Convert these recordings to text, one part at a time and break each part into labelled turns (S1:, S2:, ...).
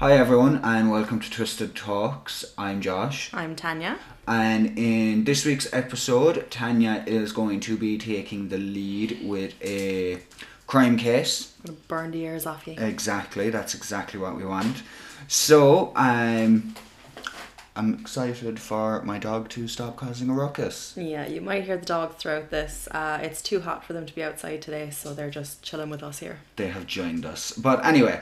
S1: Hi everyone and welcome to Twisted Talks. I'm Josh.
S2: I'm Tanya.
S1: And in this week's episode, Tanya is going to be taking the lead with a crime case.
S2: I'm gonna burn the ears off you.
S1: Exactly, that's exactly what we want. So, um, I'm excited for my dog to stop causing a ruckus.
S2: Yeah, you might hear the dog throughout this. Uh, it's too hot for them to be outside today, so they're just chilling with us here.
S1: They have joined us. But anyway,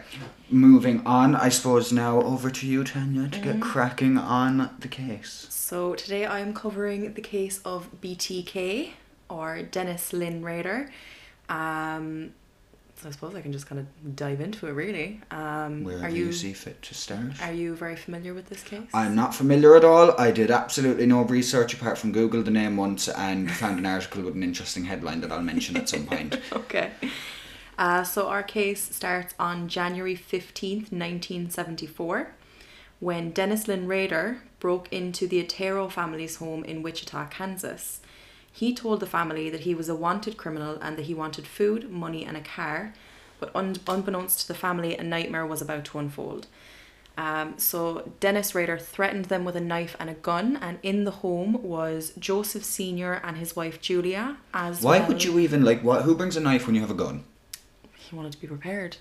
S1: moving on, I suppose now over to you, Tanya, to
S2: Mm-hmm.
S1: get cracking on the case.
S2: So today I am covering the case of BTK or Dennis Lynn Raider. Um, so I suppose I can just kind of dive into it really. Um,
S1: Wherever
S2: are
S1: you,
S2: you
S1: see fit to start.
S2: are you very familiar with this case?
S1: I'm not familiar at all. I did absolutely no research apart from Google the name once and found an article with an interesting headline that I'll mention at some point.
S2: okay. Uh, so our case starts on January 15th, 1974, when Dennis Lynn Rader broke into the Otero family's home in Wichita, Kansas. He told the family that he was a wanted criminal and that he wanted food, money, and a car, but un- unbeknownst to the family, a nightmare was about to unfold. Um, so Dennis Rader threatened them with a knife and a gun, and in the home was Joseph Senior and his wife Julia. As
S1: Why
S2: well.
S1: would you even like what? Who brings a knife when you have a gun?
S2: he wanted to be prepared.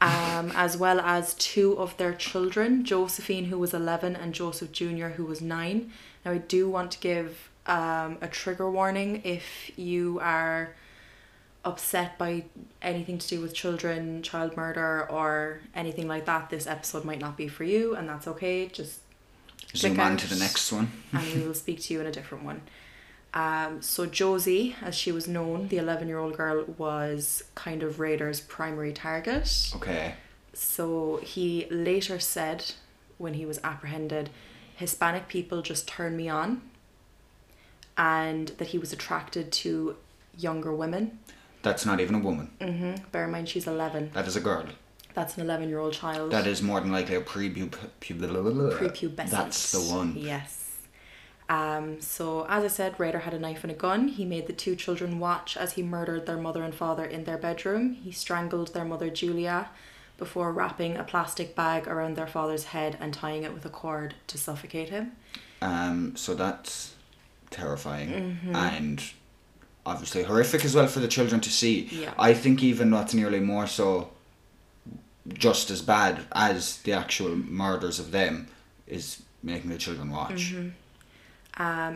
S2: Um, as well as two of their children, Josephine, who was 11, and Joseph Jr., who was 9. Now, I do want to give um, a trigger warning if you are upset by anything to do with children, child murder, or anything like that. This episode might not be for you, and that's okay. Just
S1: Zoom on
S2: out.
S1: to the next one.
S2: and we will speak to you in a different one. Um, so Josie, as she was known, the eleven-year-old girl was kind of Raider's primary target.
S1: Okay.
S2: So he later said, when he was apprehended, Hispanic people just turn me on, and that he was attracted to younger women.
S1: That's not even a woman.
S2: Mm. Bear in mind, she's eleven.
S1: That is a girl.
S2: That's an eleven-year-old child.
S1: That is more than likely a prepub.
S2: prepubescent.
S1: That's the one.
S2: Yes. Um, so, as I said, Raider had a knife and a gun. He made the two children watch as he murdered their mother and father in their bedroom. He strangled their mother, Julia, before wrapping a plastic bag around their father's head and tying it with a cord to suffocate him.
S1: Um. So that's terrifying and obviously horrific as well for the children to see.
S2: Yeah.
S1: I think even that's nearly more so. Just as bad as the actual murders of them is making the children watch.
S2: Um,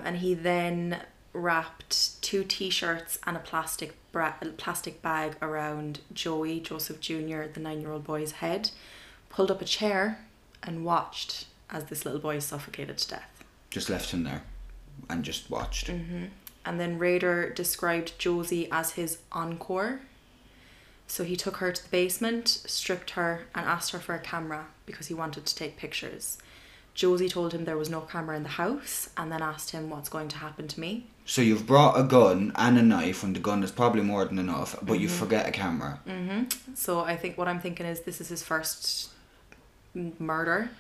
S2: and he then wrapped two t-shirts and a plastic bra- plastic bag around Joey Joseph Jr., the nine-year-old boy's head, pulled up a chair, and watched as this little boy suffocated to death.
S1: Just left him there, and just watched.
S2: And then Raider described Josie as his encore. So he took her to the basement, stripped her, and asked her for a camera because he wanted to take pictures. Josie told him there was no camera in the house and then asked him what's going to happen to me.
S1: So you've brought a gun and a knife, and the gun is probably more than enough, but you forget a camera.
S2: Mm-hmm. So I think what I'm thinking is this is his first m- murder.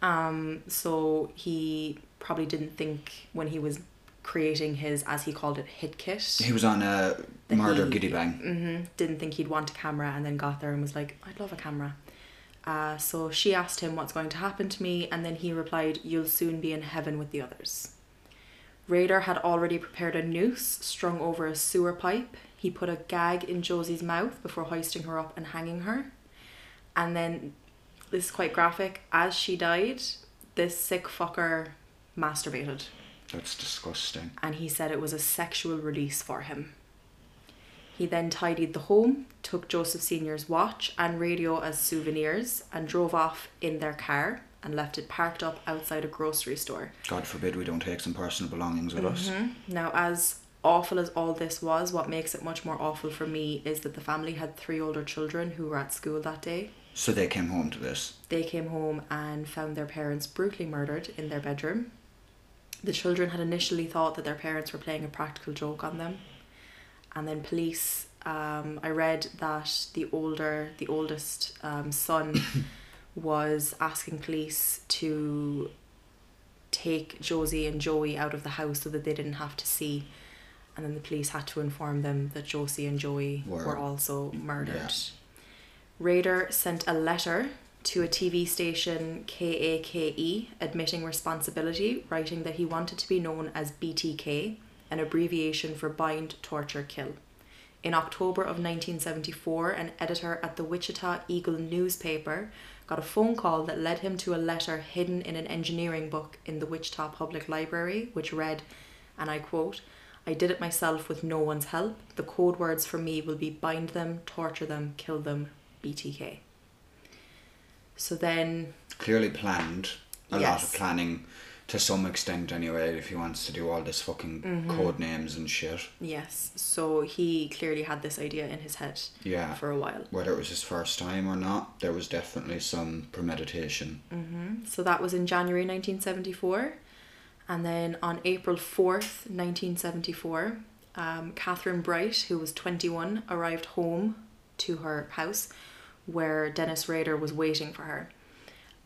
S2: Um, so he probably didn't think when he was creating his, as he called it, hit kit,
S1: He was on a
S2: That
S1: murder
S2: he-
S1: giddy bang.
S2: Mm-hmm. didn't think he'd want a camera and then got there and was like, I'd love a camera. Uh, so she asked him what's going to happen to me, and then he replied, You'll soon be in heaven with the others. Raider had already prepared a noose strung over a sewer pipe. He put a gag in Josie's mouth before hoisting her up and hanging her. And then, this is quite graphic, as she died, this sick fucker masturbated
S1: That's disgusting.
S2: and he said it was a sexual release for him. He then tidied the home, took Joseph Sr.'s watch and radio as souvenirs, and drove off in their car and left it parked up outside a grocery store.
S1: God forbid we don't take some personal belongings with us.
S2: Mm-hmm. Now, as awful as all this was, what makes it much more awful for me is that the family had three older children who were at school that day.
S1: So they came home to this.
S2: They came home and found their parents brutally murdered in their bedroom. The children had initially thought that their parents were playing a practical joke on them. And then police, um, I read that the older, the oldest um, son was asking police to take Josie and Joey out of the house so that they didn't have to see. And then the police had to inform them that Josie and Joey were,
S1: Were-
S2: also murdered.
S1: Yeah.
S2: Raider sent a letter to a TV station, KAKE, E, admitting responsibility, writing that he wanted to be known as BTK, an abbreviation for Bind, Torture, Kill. In October of 1974, an editor at the Wichita Eagle newspaper got a phone call that led him to a letter hidden in an engineering book in the Wichita Public Library, which read, and I quote, I did it myself with no one's help. The code words for me will be bind them, torture them, kill them, BTK. So then,
S1: Clearly planned. A lot of
S2: Yes.
S1: planning to some extent anyway, if he wants to do all this fucking
S2: Mm-hmm.
S1: code names and shit.
S2: yes, so he clearly had this idea in his head
S1: Yeah.
S2: for a while.
S1: Whether it was his first time or not, there was definitely some premeditation.
S2: So that was in January 1974. And then on April 4th, 1974, um, Catherine Bright, who was 21, arrived home to her house where Dennis Rader was waiting for her.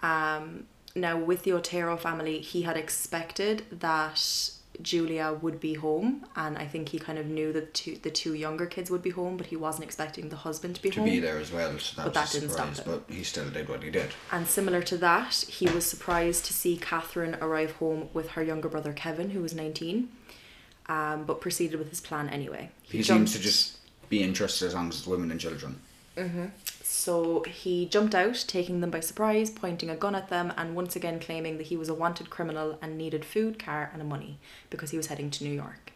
S2: Um, now, with the Otero family, he had expected that Julia would be home, and I think he kind of knew that two, the two younger kids would be home, but he wasn't expecting the husband to be
S1: To
S2: home.
S1: be there as well, so that
S2: Mm-hmm. But
S1: was
S2: that
S1: a
S2: didn't stop
S1: surprise. But he still did what he did.
S2: And similar to that, he was surprised to see Catherine arrive home with her younger brother Kevin, who was 19, um, but proceeded with his plan anyway.
S1: He,
S2: jumped-
S1: seems to just be interested as long as it's women and children.
S2: So he jumped out, taking them by surprise, pointing a gun at them, and once again claiming that he was a wanted criminal and needed food, car, and money because he was heading to New York.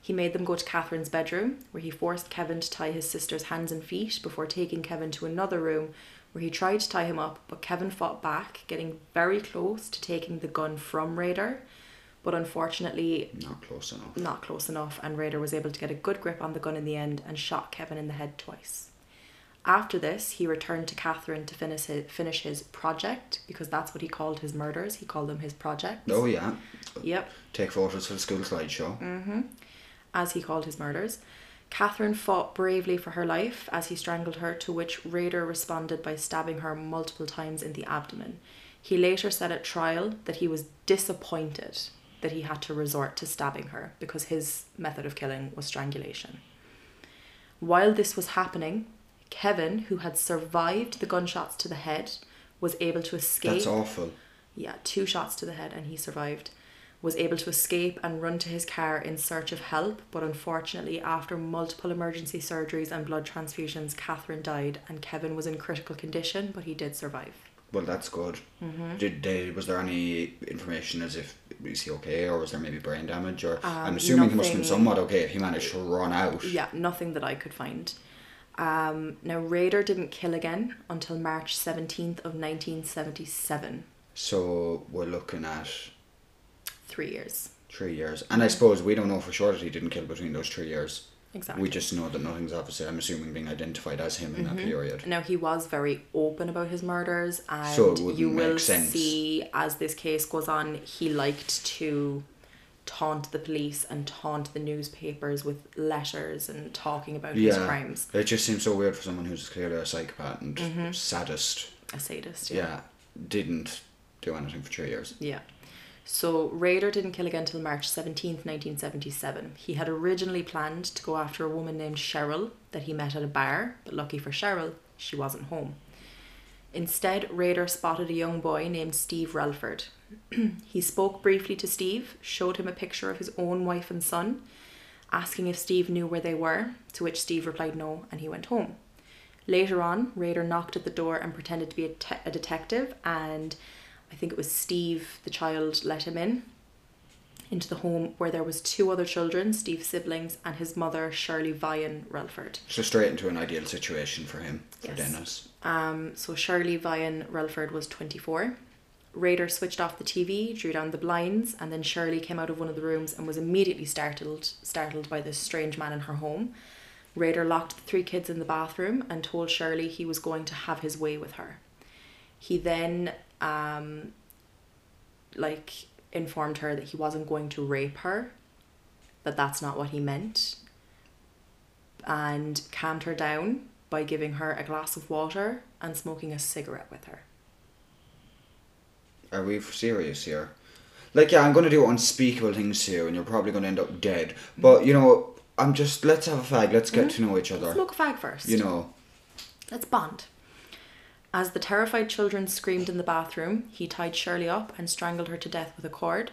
S2: He made them go to Catherine's bedroom, where he forced Kevin to tie his sister's hands and feet before taking Kevin to another room where he tried to tie him up, but Kevin fought back, getting very close to taking the gun from Raider. But unfortunately,
S1: Not close enough.
S2: not close enough, and Raider was able to get a good grip on the gun in the end and shot Kevin in the head twice. After this, he returned to Catherine to finish his, finish his project because that's what he called his murders. He called them his projects.
S1: Oh yeah.
S2: Yep,
S1: Take photos for the school slideshow.
S2: Mm. as he called his murders. Catherine fought bravely for her life as he strangled her, to which Raider responded by stabbing her multiple times in the abdomen. He later said at trial that he was disappointed that he had to resort to stabbing her because his method of killing was strangulation. While this was happening, Kevin, who had survived the gunshots to the head, was able to escape
S1: That's awful.
S2: yeah, two shots to the head and he survived. Was able to escape and run to his car in search of help, but unfortunately, after multiple emergency surgeries and blood transfusions, Catherine died and Kevin was in critical condition, but he did survive.
S1: Well, that's good.
S2: Mm-hmm.
S1: Did they? Was there any information as if is he okay, or was there maybe brain damage? Or I'm assuming he must have been
S2: Um, nothing-
S1: somewhat okay if he managed to run out.
S2: Yeah, nothing that I could find. Um, now, Raider didn't kill again until March 17th of 1977,
S1: So we're looking at
S2: three years.
S1: three years, and I suppose we don't know for sure that he didn't kill between those three years.
S2: Exactly.
S1: We just know that nothing's obviously. I'm assuming being identified as him in
S2: Mm-hmm.
S1: that period.
S2: Now he was very open about his murders, and
S1: So it wouldn't
S2: you will
S1: make sense.
S2: see as this case goes on, he liked to taunt the police and taunt the newspapers with letters and talking about his
S1: Yeah.
S2: crimes.
S1: It just seems so weird for someone who's clearly a psychopath and
S2: Mm-hmm.
S1: sadist.
S2: A sadist.
S1: Yeah. didn't do anything for three years.
S2: Yeah. So Raider didn't kill again until March 17th, 1977. He had originally planned to go after a woman named Cheryl that he met at a bar, but lucky for Cheryl, she wasn't home. Instead, Raider spotted a young boy named Steve Relford. he spoke briefly to Steve, showed him a picture of his own wife and son, asking if Steve knew where they were, to which Steve replied no, and he went home. Later on, Raider knocked at the door and pretended to be a, te- a detective, and I think it was Steve, the child, let him in into the home where there was two other children, Steve's siblings, and his mother, Shirley Vian Relford.
S1: So straight into an ideal situation for him, for
S2: Yes.
S1: Dennis.
S2: Um, so Shirley Vian Relford was 24. Raider switched off the TV, drew down the blinds, and then Shirley came out of one of the rooms and was immediately startled, startled by this strange man in her home. Raider locked the three kids in the bathroom and told Shirley he was going to have his way with her. He then, um, like, informed her that he wasn't going to rape her, that that's not what he meant, and calmed her down by giving her a glass of water and smoking a cigarette with her.
S1: Are we serious here? Like, yeah, I'm going to do unspeakable things to you, and you're probably going to end up dead. But, you know, I'm just, let's have a fag, let's get to know each other.
S2: Smoke a fag first.
S1: You know,
S2: Let's bond. As the terrified children screamed in the bathroom, he tied Shirley up and strangled her to death with a cord.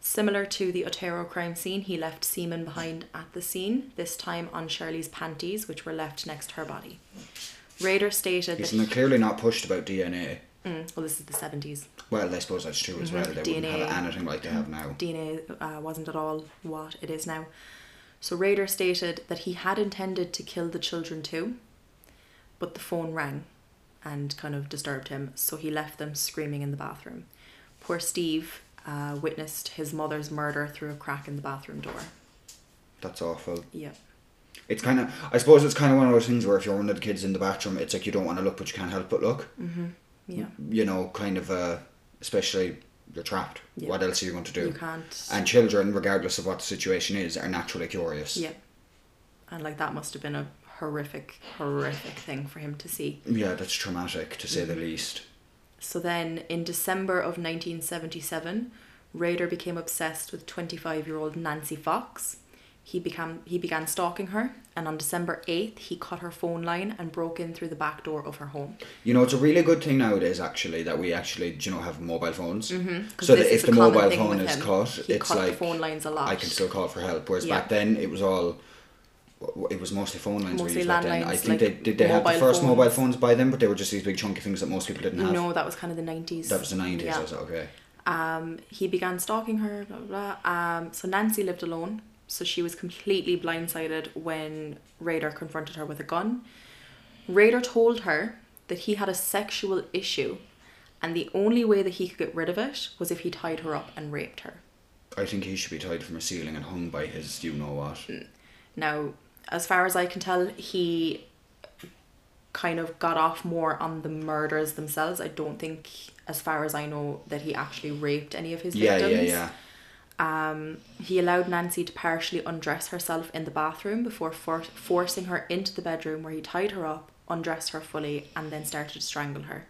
S2: Similar to the Otero crime scene, he left semen behind at the scene, this time on Shirley's panties, which were left next to her body. Raider stated
S1: He's
S2: that.
S1: n- clearly not pushed about DNA.
S2: Mm, well, this is the 70s.
S1: Well, I suppose that's true as well. They wouldn't
S2: DNA.
S1: have anything like they have now.
S2: DNA uh, wasn't at all what it is now. So Raider stated that he had intended to kill the children too, but the phone rang and kind of disturbed him, so he left them screaming in the bathroom. Poor Steve uh, witnessed his mother's murder through a crack in the bathroom door.
S1: That's awful.
S2: Yep.
S1: It's kind of, I suppose it's kind of one of those things where if you're one of the kids in the bathroom, it's like you don't want to look, but you can't help but look.
S2: Yeah.
S1: You know, kind of, uh, especially you're trapped.
S2: Yeah.
S1: What else are you going to do?
S2: You can't.
S1: And children, regardless of what the situation is, are naturally curious.
S2: Yep. And like that must have been a horrific, horrific thing for him to see.
S1: Yeah, that's traumatic to say the least.
S2: So then, in December of 1977, Raider became obsessed with 25 year old Nancy Fox. He, became, he began stalking her, and on December 8th, he cut her phone line and broke in through the back door of her home.
S1: You know, it's a really good thing nowadays, actually, that we actually, you know, have mobile phones. Mm-hmm.
S2: 'Cause
S1: So
S2: this
S1: that
S2: is
S1: if the
S2: common
S1: mobile
S2: thing
S1: phone
S2: with
S1: is
S2: him.
S1: cut,
S2: he
S1: it's
S2: cut
S1: like
S2: the phone lines a lot.
S1: I can still call for help. Whereas
S2: Yeah.
S1: back then, it was all. w- It was mostly phone lines. we
S2: Mostly
S1: used back then. I
S2: landlines,
S1: think
S2: like
S1: they did. They have the
S2: mobile
S1: first mobile
S2: phones.
S1: phones by then, but they were just these big chunky things that most people didn't have.
S2: No, that was kind of the 90s.
S1: That was the nineties.
S2: Yeah.
S1: I was like, okay.
S2: Um, he began stalking her, blah, blah, blah. Um, so Nancy lived alone, so she was completely blindsided when Raider confronted her with a gun. Raider told her that he had a sexual issue, and the only way that he could get rid of it was if he tied her up and raped her.
S1: I think he should be tied from a ceiling and hung by his. You know what?
S2: Now, as far as I can tell, he kind of got off more on the murders themselves. I don't think, as far as I know, that he actually raped any of his
S1: Yeah,
S2: victims.
S1: yeah, yeah.
S2: Um, he allowed Nancy to partially undress herself in the bathroom before for- forcing her into the bedroom where he tied her up, undressed her fully, and then started to strangle her.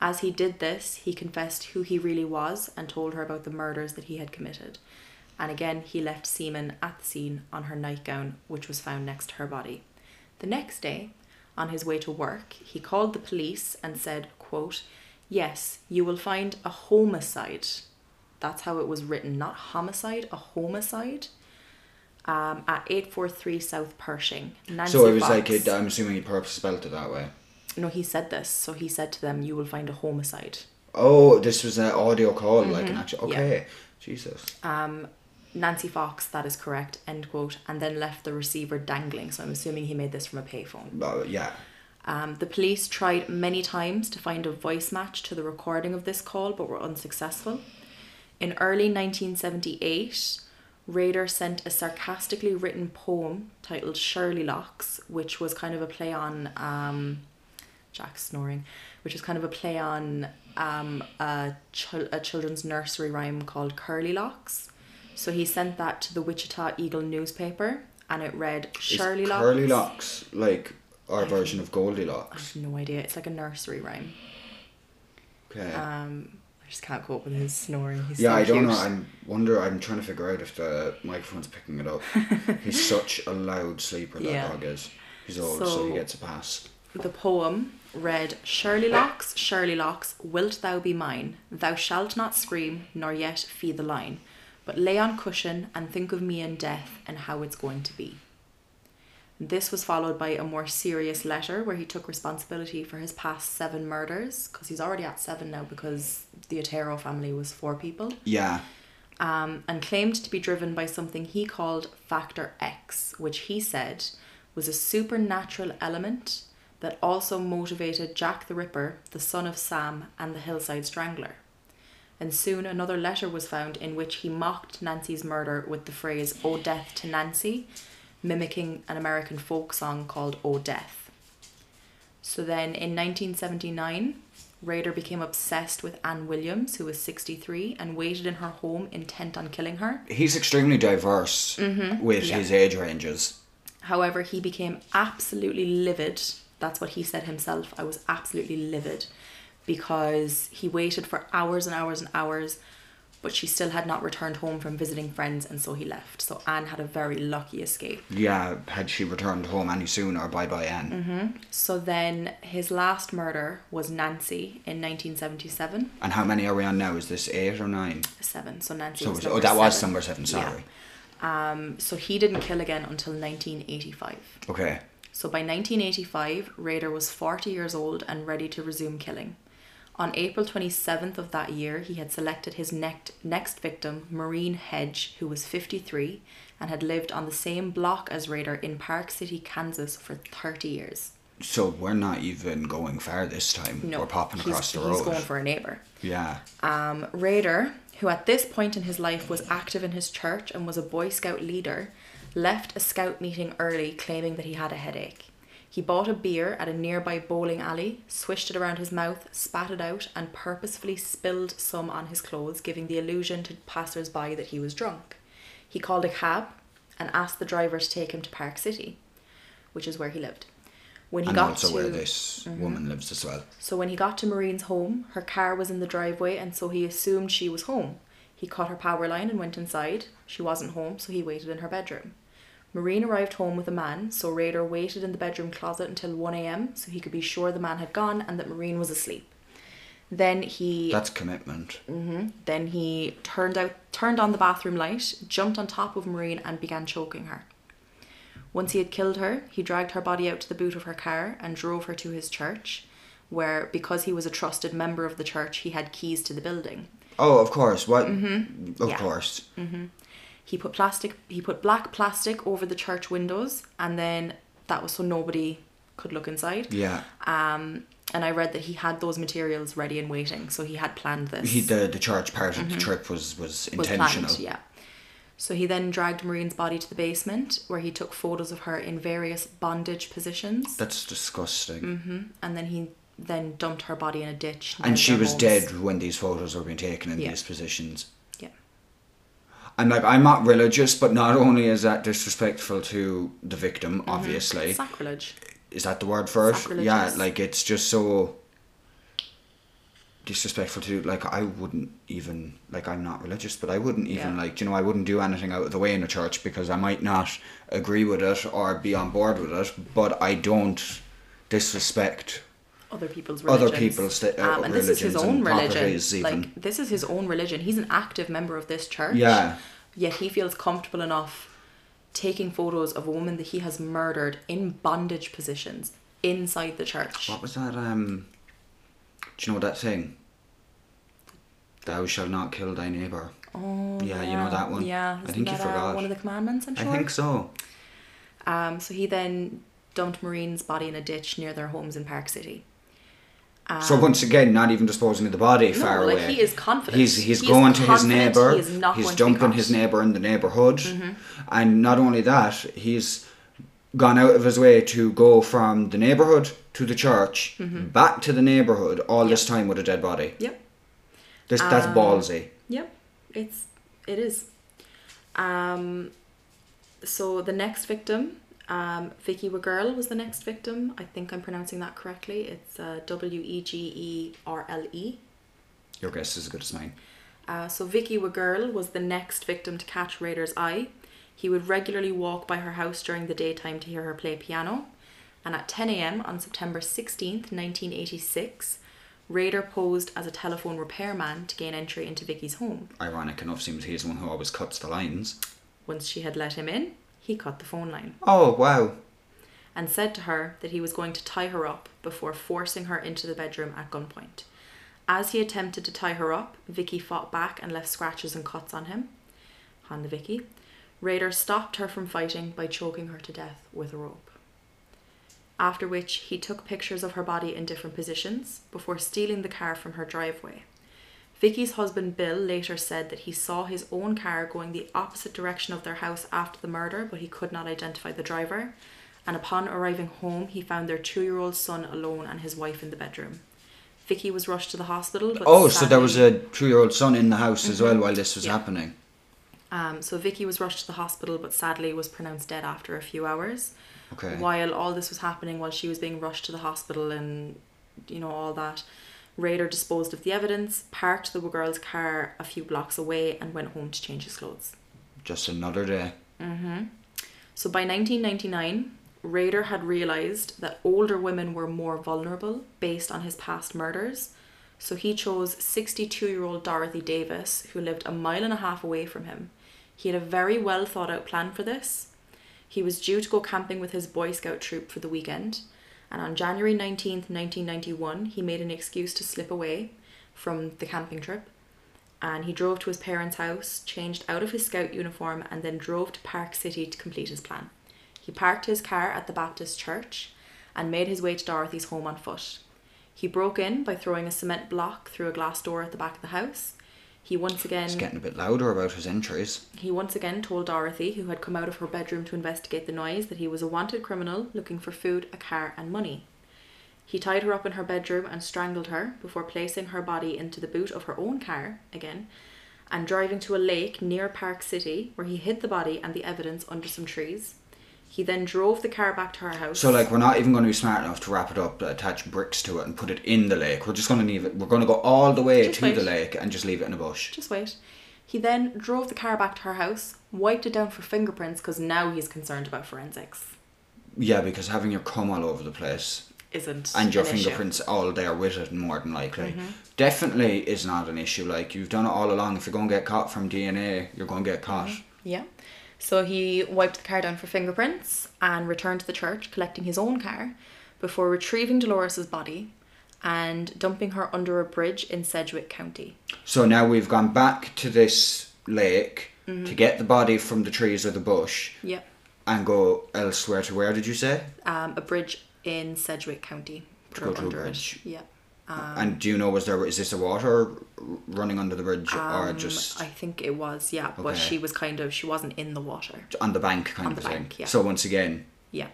S2: As he did this, he confessed who he really was and told her about the murders that he had committed. And again, he left semen at the scene on her nightgown, which was found next to her body. The next day, on his way to work, he called the police and said, quote, Yes, you will find a homicide. That's how it was written, not homicide, a homicide. Um, at 843 South Pershing. Nancy
S1: so it was
S2: Fox.
S1: like, it, I'm assuming he purposely spelled it that way.
S2: No, he said this. So he said to them, "You will find a homicide."
S1: Oh, this was an audio call, like an actual.
S2: Mm-hmm. yeah. Uh,
S1: Okay, Jesus.
S2: Nancy Fox, that is correct. End quote. And then left the receiver dangling. So I'm assuming he made this from a payphone.
S1: Well, yeah.
S2: Um, the police tried many times to find a voice match to the recording of this call, but were unsuccessful. In early 1978, Raider sent a sarcastically written poem titled Shirley Locks, which was kind of a play on um, Jack snoring, which was kind of a play on um, a, chil- a children's nursery rhyme called Curly Locks. So he sent that to the Wichita Eagle newspaper and it read
S1: Is
S2: Shirley Locks.
S1: Curly Locks, like our version of Goldilocks.
S2: No idea. It's like a nursery rhyme.
S1: Okay.
S2: Um, I just can't cope with his snoring. He's
S1: yeah,
S2: so
S1: I don't
S2: cute.
S1: know. I'm wonder. I'm trying to figure out if the microphone's picking it up. He's such a loud sleeper. That
S2: Yeah.
S1: dog is. He's old, so,
S2: So-
S1: he gets a pass.
S2: The poem read Shirley Locks, Shirley Locks, wilt thou be mine? Thou shalt not scream, nor yet fee the line, but lay on cushion and think of me and death and how it's going to be. This was followed by a more serious letter where he took responsibility for his past seven murders, because he's already at seven now because the Otero family was four people.
S1: Yeah.
S2: um, and claimed to be driven by something he called Factor X, which he said was a supernatural element that also motivated Jack the Ripper, the son of Sam, and the Hillside Strangler. And soon another letter was found in which he mocked Nancy's murder with the phrase, Oh Death to Nancy, mimicking an American folk song called Oh Death. So then in 1979, Raider became obsessed with Anne Williams, who was 63, and waited in her home intent on killing her.
S1: He's extremely diverse with
S2: Mm-hmm. Yeah.
S1: his age ranges.
S2: However, he became absolutely livid. That's what he said himself. I was absolutely livid because he waited for hours and hours and hours but she still had not returned home from visiting friends and so he left. So Anne had a very lucky escape.
S1: Yeah, had she returned home any sooner, bye bye Anne.
S2: Mm-hmm. So then his last murder was Nancy in 1977.
S1: And how many are we on now? Is this eight or nine?
S2: Seven. So Nancy
S1: So
S2: was
S1: was- oh,
S2: number
S1: that was
S2: seven.
S1: number seven.
S2: Yeah.
S1: Sorry.
S2: Um, so he didn't kill again until 1985.
S1: Okay.
S2: So by 1985, Rader was 40 years old and ready to resume killing. On April 27th of that year, he had selected his next, next victim, Maureen Hedge, who was 53 and had lived on the same block as Rader in Park City, Kansas for 30 years.
S1: So we're not even going far this time.
S2: No,
S1: we're popping
S2: he's-
S1: across the
S2: He's
S1: road.
S2: going for a neighbor.
S1: yeah.
S2: Um, Rader, who at this point in his life was active in his church and was a Boy Scout leader, left a scout meeting early claiming that he had a headache. He bought a beer at a nearby bowling alley, swished it around his mouth, spat it out, and purposefully spilled some on his clothes, giving the illusion to passers by that he was drunk. He called a cab and asked the driver to take him to Park City, which is where he lived. When he
S1: And
S2: got
S1: also
S2: to Mm-hmm.
S1: where this woman lives as well.
S2: so when he got to Maureen's home, her car was in the driveway, and so he assumed she was home. He cut her power line and went inside. She wasn't home, so he waited in her bedroom. Maureen arrived home with a man, so Raider waited in the bedroom closet until 1 a.m. so he could be sure the man had gone and that Maureen was asleep. Then he
S1: That's commitment.
S2: then he turned out turned on the bathroom light, jumped on top of Maureen and began choking her. Once he had killed her, he dragged her body out to the boot of her car and drove her to his church, where because he was a trusted member of the church, he had keys to the building.
S1: Oh, of course. What? Mm-hmm. Of
S2: Yeah.
S1: course.
S2: He put plastic he put black plastic over the church windows and then that was so nobody could look inside.
S1: Yeah.
S2: Um and I read that he had those materials ready and waiting, so he had planned this.
S1: He the the church part of the trip was was
S2: Mm-hmm. was
S1: intentional.
S2: planned. Yeah. So he then dragged Maureen's body to the basement where he took photos of her in various bondage positions,
S1: That's disgusting.
S2: Mm-hmm. and then he then dumped her body in a ditch. near
S1: And she
S2: their
S1: was
S2: homes.
S1: dead when these photos were being taken in
S2: Yeah.
S1: these positions.
S2: Yeah.
S1: And like I'm not religious, but not only is that disrespectful to the victim,
S2: Mm-hmm.
S1: obviously.
S2: Sacrilege.
S1: is that the word for it? Yeah,
S2: Sacrilegious.
S1: like it's just so disrespectful to like I wouldn't even like I'm not religious, but I wouldn't even
S2: Yeah.
S1: like you know I wouldn't do anything out of the way in a church because I might not agree with it or be on board with it, but I don't disrespect.
S2: Other people's
S1: Other
S2: religions.
S1: people's th- uh,
S2: um, and this is his
S1: religions
S2: own
S1: and
S2: religion.
S1: properties even.
S2: Like this is his own religion. He's an active member of this church.
S1: Yeah.
S2: Yet he feels comfortable enough taking photos of a woman that he has murdered in bondage positions inside the church.
S1: What was that? Um, do you know that thing? Thou shall not kill thy neighbor.
S2: Oh,
S1: Yeah, you know that one?
S2: Yeah,
S1: I
S2: isn't
S1: think you
S2: that,
S1: forgot.
S2: Uh, one of the commandments, I'm sure.
S1: I think so.
S2: Um, so he then dumped Marine's body in a ditch near their homes in Park City.
S1: So once again, not even disposing of the body
S2: Ah. No,
S1: far
S2: like,
S1: away.
S2: he is confident.
S1: He's he's
S2: He is
S1: going to his
S2: confident
S1: neighbor.
S2: he is not
S1: he's
S2: going to be Mm-hmm.
S1: dumping
S2: caught.
S1: his neighbor in the neighborhood, and not only that, he's gone out of his way to go from the neighborhood to the church,
S2: Mm-hmm.
S1: back to the neighborhood, all this time with a dead body.
S2: Yep.
S1: This that's
S2: Um,
S1: ballsy.
S2: Yep. It's it is. Um, so the next victim, um, Vicky Wagirl was the next victim. I think I'm pronouncing that correctly. It's uh, W E G E R L E.
S1: Your guess is as good as mine.
S2: Uh, so Vicky Wagirl was the next victim to catch Raider's eye. He would regularly walk by her house during the daytime to hear her play piano. And at 10 a.m. on September 16th, 1986, Raider posed as a telephone repairman to gain entry into Vicky's home.
S1: Ironic enough, seems he's the one who always cuts the lines.
S2: Once she had let him in, he cut the phone line
S1: Oh wow!
S2: and said to her that he was going to tie her up before forcing her into the bedroom at gunpoint. As he attempted to tie her up, Vicky fought back and left scratches and cuts on him. On the Vicky. Raider stopped her from fighting by choking her to death with a rope. After which, he took pictures of her body in different positions before stealing the car from her driveway. Vicky's husband Bill later said that he saw his own car going the opposite direction of their house after the murder, but he could not identify the driver. And upon arriving home, he found their two year old son alone and his wife in the bedroom. Vicky was rushed to the hospital. But
S1: Oh, so there
S2: sadly-
S1: was a two-year-old son in the house as well while this was
S2: Mm-hmm. Yeah.
S1: happening.
S2: Um, so Vicky was rushed to the hospital, but sadly was pronounced dead after a few hours.
S1: Okay.
S2: While all this was happening, while she was being rushed to the hospital and you know all that, Raider disposed of the evidence, parked the girl's car a few blocks away, and went home to change his clothes.
S1: Just another day.
S2: Mm-hmm. So by 1999, Raider had realised that older women were more vulnerable based on his past murders. So he chose 62 year old Dorothy Davis, who lived a mile and a half away from him. He had a very well thought out plan for this. He was due to go camping with his Boy Scout troop for the weekend, and on January 19th, 1991, he made an excuse to slip away from the camping trip and he drove to his parents' house, changed out of his scout uniform, and then drove to Park City to complete his plan. He parked his car at the Baptist church and made his way to Dorothy's home on foot. He broke in by throwing a cement block through a glass door at the back of the house. He once
S1: It's
S2: again
S1: getting a bit louder about his entries.
S2: he once again told Dorothy, who had come out of her bedroom to investigate the noise, that he was a wanted criminal looking for food, a car, and money. He tied her up in her bedroom and strangled her before placing her body into the boot of her own car again and driving to a lake near Park City where he hid the body and the evidence under some trees. He then drove the car back to her house.
S1: So like we're not even going to be smart enough to wrap it up, attach bricks to it, and put it in the lake. We're just going to leave it. We're going to go all the way
S2: Just
S1: to
S2: wait.
S1: the lake and just leave it in a bush.
S2: Just wait. He then drove the car back to her house, wiped it down for fingerprints because now he's concerned about forensics.
S1: Yeah, because having your cum all over the place
S2: Isn't
S1: and your
S2: an issue. Mm-hmm.
S1: fingerprints all there with it, more than likely, definitely is not an issue. Like you've done it all along. If you're going to get caught from DNA, you're going to get caught.
S2: Yeah. So he wiped the car down for fingerprints and returned to the church, collecting his own car, before retrieving Dolores's body and dumping her under a bridge in Sedgwick County.
S1: So now we've gone back to this lake
S2: Mm-hmm.
S1: to get the body from the trees or the bush
S2: Yep.
S1: and go elsewhere to where did you say?
S2: Um, a bridge in Sedgwick County. Put
S1: go
S2: her
S1: to a
S2: under it.
S1: bridge.
S2: Yep.
S1: and do you know was there is this a water running under the bridge or just
S2: Um, I think it was, yeah. But
S1: Okay.
S2: she was kind of, she wasn't in the water.
S1: on the bank kind
S2: on
S1: of
S2: the
S1: thing?
S2: bank, yeah.
S1: So once again,
S2: Yeah.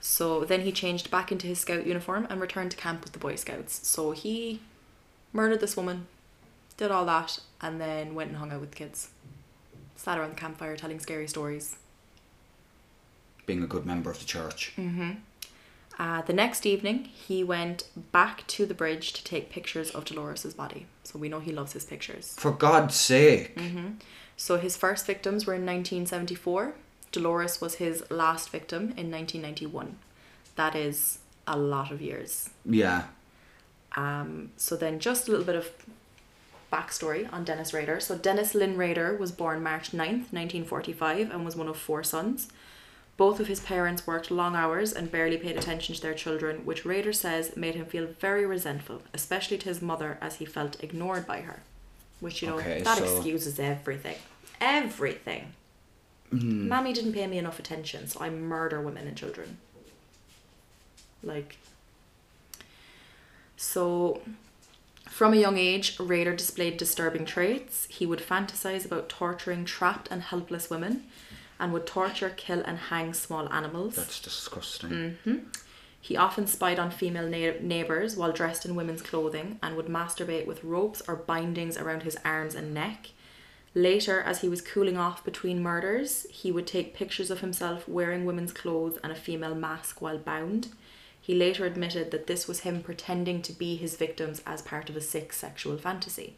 S2: So then he changed back into his scout uniform and returned to camp with the Boy Scouts. So he murdered this woman, did all that, and then went and hung out with the kids. Sat around the campfire telling scary stories.
S1: being a good member of the church.
S2: Mm. Uh, the next evening, he went back to the bridge to take pictures of Dolores's body. So we know he loves his pictures.
S1: For God's sake,
S2: Mm-hmm. So his first victims were in 1974. Dolores was his last victim in 1991. That is a lot of years.
S1: yeah.
S2: Um, so then just a little bit of backstory on Dennis Rader. So Dennis Lynn Rader was born March 9th, 1945 and was one of four sons. Both of his parents worked long hours and barely paid attention to their children, which Rader says made him feel very resentful, especially to his mother as he felt ignored by her. Which, you know,
S1: Okay,
S2: that
S1: so-
S2: excuses everything. Everything.
S1: Hmm.
S2: Mammy didn't pay me enough attention, so I murder women and children. Like, so, from a young age, Raider displayed disturbing traits. He would fantasize about torturing trapped and helpless women and would torture, kill, and hang small animals.
S1: That's disgusting.
S2: Mm. he often spied on female na- neighbors while dressed in women's clothing and would masturbate with ropes or bindings around his arms and neck. Later, as he was cooling off between murders, he would take pictures of himself wearing women's clothes and a female mask while bound. He later admitted that this was him pretending to be his victims as part of a sick sexual fantasy.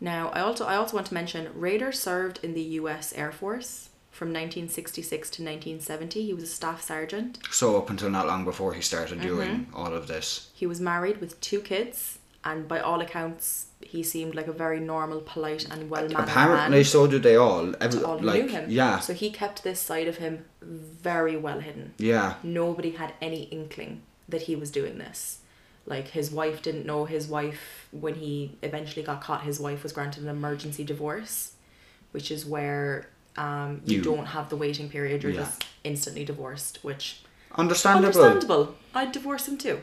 S2: Now, I also I also want to mention Raider served in the U.S. Air Force from 1966 to 1970. He was a staff sergeant.
S1: So up until not long before he started
S2: Mm-hmm.
S1: doing all of this.
S2: He was married with two kids, and by all accounts, he seemed like a very normal, polite, and well mannered
S1: Apparently,
S2: man.
S1: so did they all. Every,
S2: all who
S1: like,
S2: knew him.
S1: yeah,
S2: So he kept this side of him very well hidden.
S1: yeah.
S2: Nobody had any inkling that he was doing this. Like his wife didn't know his wife when he eventually got caught. His wife was granted an emergency divorce, which is where um, you,
S1: You-
S2: don't have the waiting period. You're
S1: Yeah.
S2: just instantly divorced, which
S1: Understandable.
S2: Understandable. I'd divorce him too.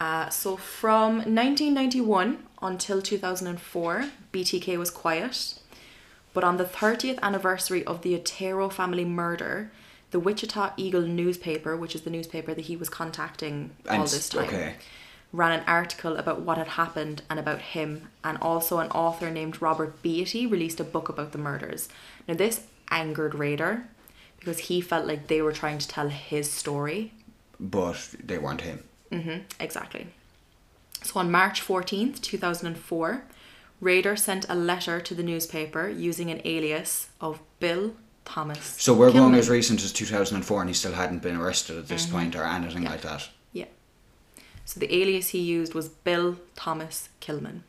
S2: Uh, so from 1991 until 2004, BTK was quiet. But on the 30th anniversary of the Otero family murder, the Wichita Eagle newspaper, which is the newspaper that he was contacting all
S1: And s-
S2: this time,
S1: okay.
S2: ran an article about what had happened and about him. And also, an author named Robert Beatty released a book about the murders. Now, this angered Raider because he felt like they were trying to tell his story.
S1: But they weren't him.
S2: Mm-hmm. Exactly. So on March 14th, 2004, Raider sent a letter to the newspaper using an alias of Bill Thomas.
S1: So we're going
S2: Kilman.
S1: as recent as 2004 and he still hadn't been arrested at this point or anything like that.
S2: Mm-hmm. Yeah. So the alias he used was Bill Thomas Kilman.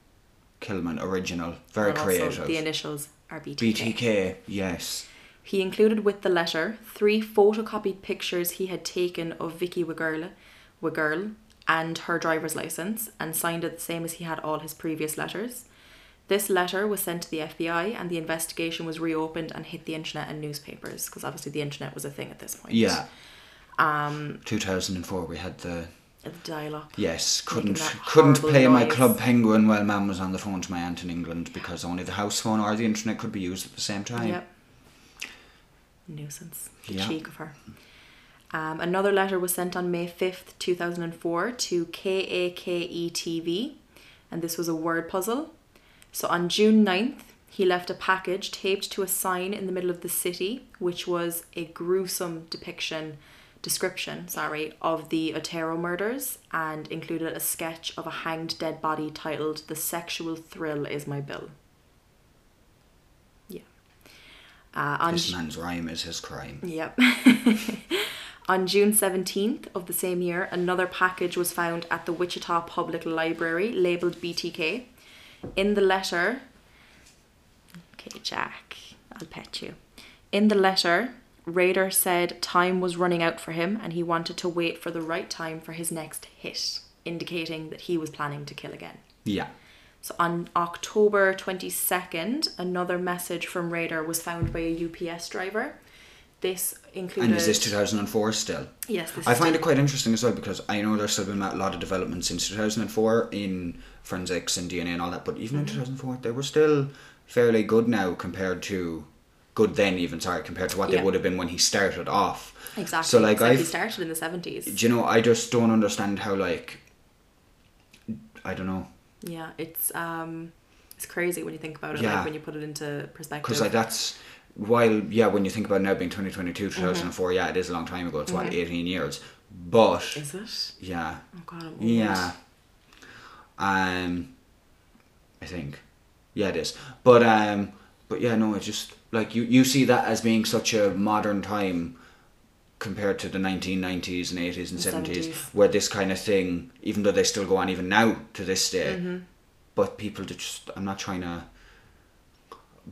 S1: Kilman, original, very
S2: and also
S1: creative.
S2: The initials are BTK.
S1: BTK, yes.
S2: He included with the letter three photocopied pictures he had taken of Vicky Wigirl, Wigirl and her driver's license and signed it the same as he had all his previous letters. This letter was sent to the FBI and the investigation was reopened and hit the internet and newspapers because obviously the internet was a thing at this point.
S1: Yeah. Um, 2004, we had the
S2: The dial-up.
S1: yes.
S2: Making
S1: Couldn't
S2: that
S1: couldn't
S2: horrible
S1: play my
S2: noise.
S1: club penguin while Mam was on the phone to my aunt in England because only the house phone or the internet could be used at the same time.
S2: Yep. Nuisance. The
S1: Yeah.
S2: cheek of her. Um, another letter was sent on May 5th, 2004 to KAKETV, E and this was a word puzzle. So on June 9th, he left a package taped to a sign in the middle of the city, which was a gruesome depiction, description, sorry, of the Otero murders and included a sketch of a hanged dead body titled The Sexual Thrill Is My Bill. Yeah. Uh, on
S1: This man's rhyme is his crime.
S2: Yep. On June 17th of the same year, another package was found at the Wichita Public Library labeled BTK. In the letter, okay, Jack, I'll pet you. In the letter, Raider said time was running out for him and he wanted to wait for the right time for his next hit, indicating that he was planning to kill again.
S1: Yeah.
S2: So on October 22nd, another message from Raider was found by a UPS driver. This included.
S1: And is this 2004 still?
S2: Yes, this
S1: I
S2: is
S1: find it quite interesting as well because I know there's still been a lot of development since 2004 in forensics and DNA and all that, but even
S2: Mm-hmm.
S1: in 2004 they were still fairly good now compared to good then even sorry compared to what
S2: Yeah.
S1: they would have been when he started off.
S2: exactly.
S1: So like
S2: it's like he
S1: I
S2: started in the 70s.
S1: do you know I just don't understand how like I don't know
S2: Yeah, it's um, it's crazy when you think about it.
S1: Yeah.
S2: Like when you put it into perspective.
S1: because like that's while yeah when you think about it now being 2022 2004 yeah it is a long time ago it's what 18 years but
S2: is it?
S1: yeah
S2: Oh god. I'm old.
S1: Yeah. Um, I think, yeah, it is. But um, but yeah, no, it's just like you you see that as being such a modern time compared to the nineteen nineties and eighties and
S2: The
S1: seventies,
S2: 70s.
S1: where this kind of thing, even though they still go on even now to this day, but people that just I'm not trying to,